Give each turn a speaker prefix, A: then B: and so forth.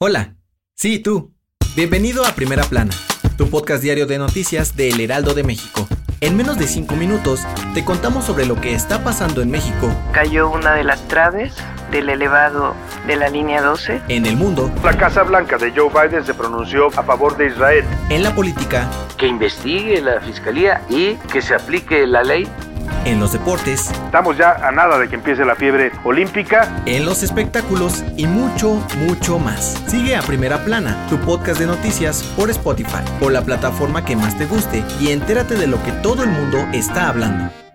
A: Hola, sí, tú. Bienvenido a Primera Plana, tu podcast diario de noticias de El Heraldo de México. En menos de 5 minutos te contamos sobre lo que está pasando en México,
B: cayó una de las traves del elevado de la línea 12.
A: en el mundo,
C: La Casa Blanca de Joe Biden se pronunció a favor de Israel.
A: en la política,
D: que investigue la fiscalía y que se aplique la ley
A: en los deportes,
C: Estamos ya a nada de que empiece la fiebre olímpica.
A: en los espectáculos y mucho, mucho más. Sigue a Primera Plana, tu podcast de noticias por Spotify o la plataforma que más te guste y entérate de lo que todo el mundo está hablando.